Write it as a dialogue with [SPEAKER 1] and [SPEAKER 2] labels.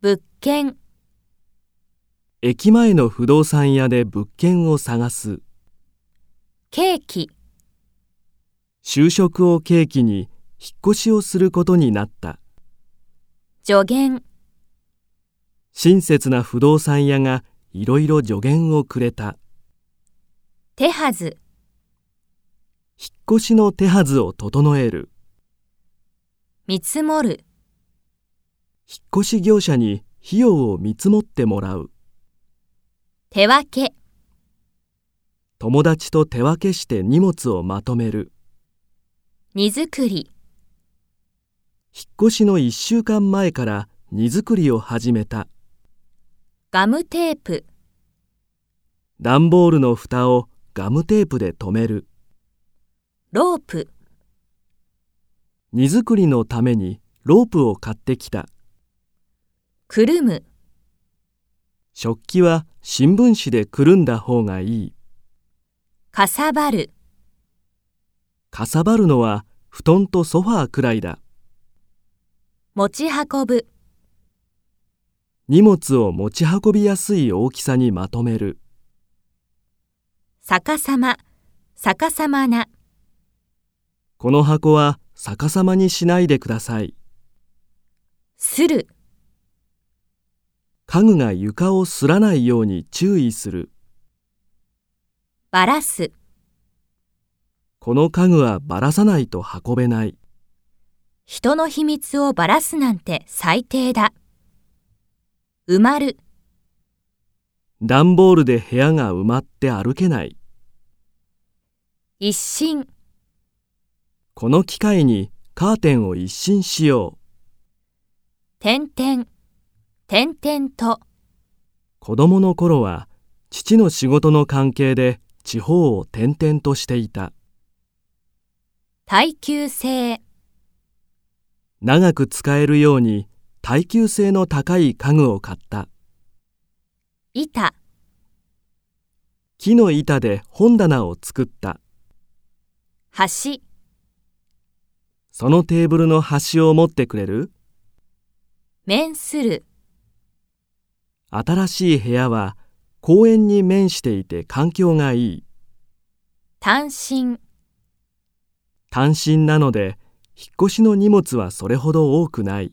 [SPEAKER 1] 物件、
[SPEAKER 2] 駅前の不動産屋で物件を探す。
[SPEAKER 1] ケーキ、
[SPEAKER 2] 就職を契機に引っ越しをすることになった。
[SPEAKER 1] 助言、
[SPEAKER 2] 親切な不動産屋がいろいろ助言をくれた。
[SPEAKER 1] 手はず、
[SPEAKER 2] 引っ越しの手はずを整える。
[SPEAKER 1] 見積もる、
[SPEAKER 2] 引っ越し業者に費用を見積もってもらう。
[SPEAKER 1] 手分け、
[SPEAKER 2] 友達と手分けして荷物をまとめる。
[SPEAKER 1] 荷造り、
[SPEAKER 2] 引っ越しの1週間前から荷造りを始めた。
[SPEAKER 1] ガムテープ、
[SPEAKER 2] 段ボールの蓋をガムテープで留める。
[SPEAKER 1] ロープ、
[SPEAKER 2] 荷造りのためにロープを買ってきた。
[SPEAKER 1] くるむ、
[SPEAKER 2] 食器は新聞紙でくるんだ方がいい。
[SPEAKER 1] かさばる、
[SPEAKER 2] かさばるのは布団とソファーくらいだ。
[SPEAKER 1] 持ち運ぶ、
[SPEAKER 2] 荷物を持ち運びやすい大きさにまとめる。
[SPEAKER 1] 逆さま、逆さまな、
[SPEAKER 2] この箱は逆さまにしないでください。
[SPEAKER 1] する、
[SPEAKER 2] 家具が床をすらないように注意する。
[SPEAKER 1] ばらす、
[SPEAKER 2] この家具はばらさないと運べない。
[SPEAKER 1] 人の秘密をばらすなんて最低だ。埋まる、
[SPEAKER 2] 段ボールで部屋が埋まって歩けない。
[SPEAKER 1] 一新、
[SPEAKER 2] この機会にカーテンを一新しよう。
[SPEAKER 1] 点々、点々と、
[SPEAKER 2] 子供の頃は父の仕事の関係で地方を転々としていた。
[SPEAKER 1] 耐久性、
[SPEAKER 2] 長く使えるように耐久性の高い家具を買った。
[SPEAKER 1] 板、
[SPEAKER 2] 木の板で本棚を作った。
[SPEAKER 1] 橋、
[SPEAKER 2] そのテーブルの端を持ってくれる
[SPEAKER 1] 面する、
[SPEAKER 2] 新しい部屋は公園に面していて環境がいい。
[SPEAKER 1] 単身、
[SPEAKER 2] 単身なので引っ越しの荷物はそれほど多くない。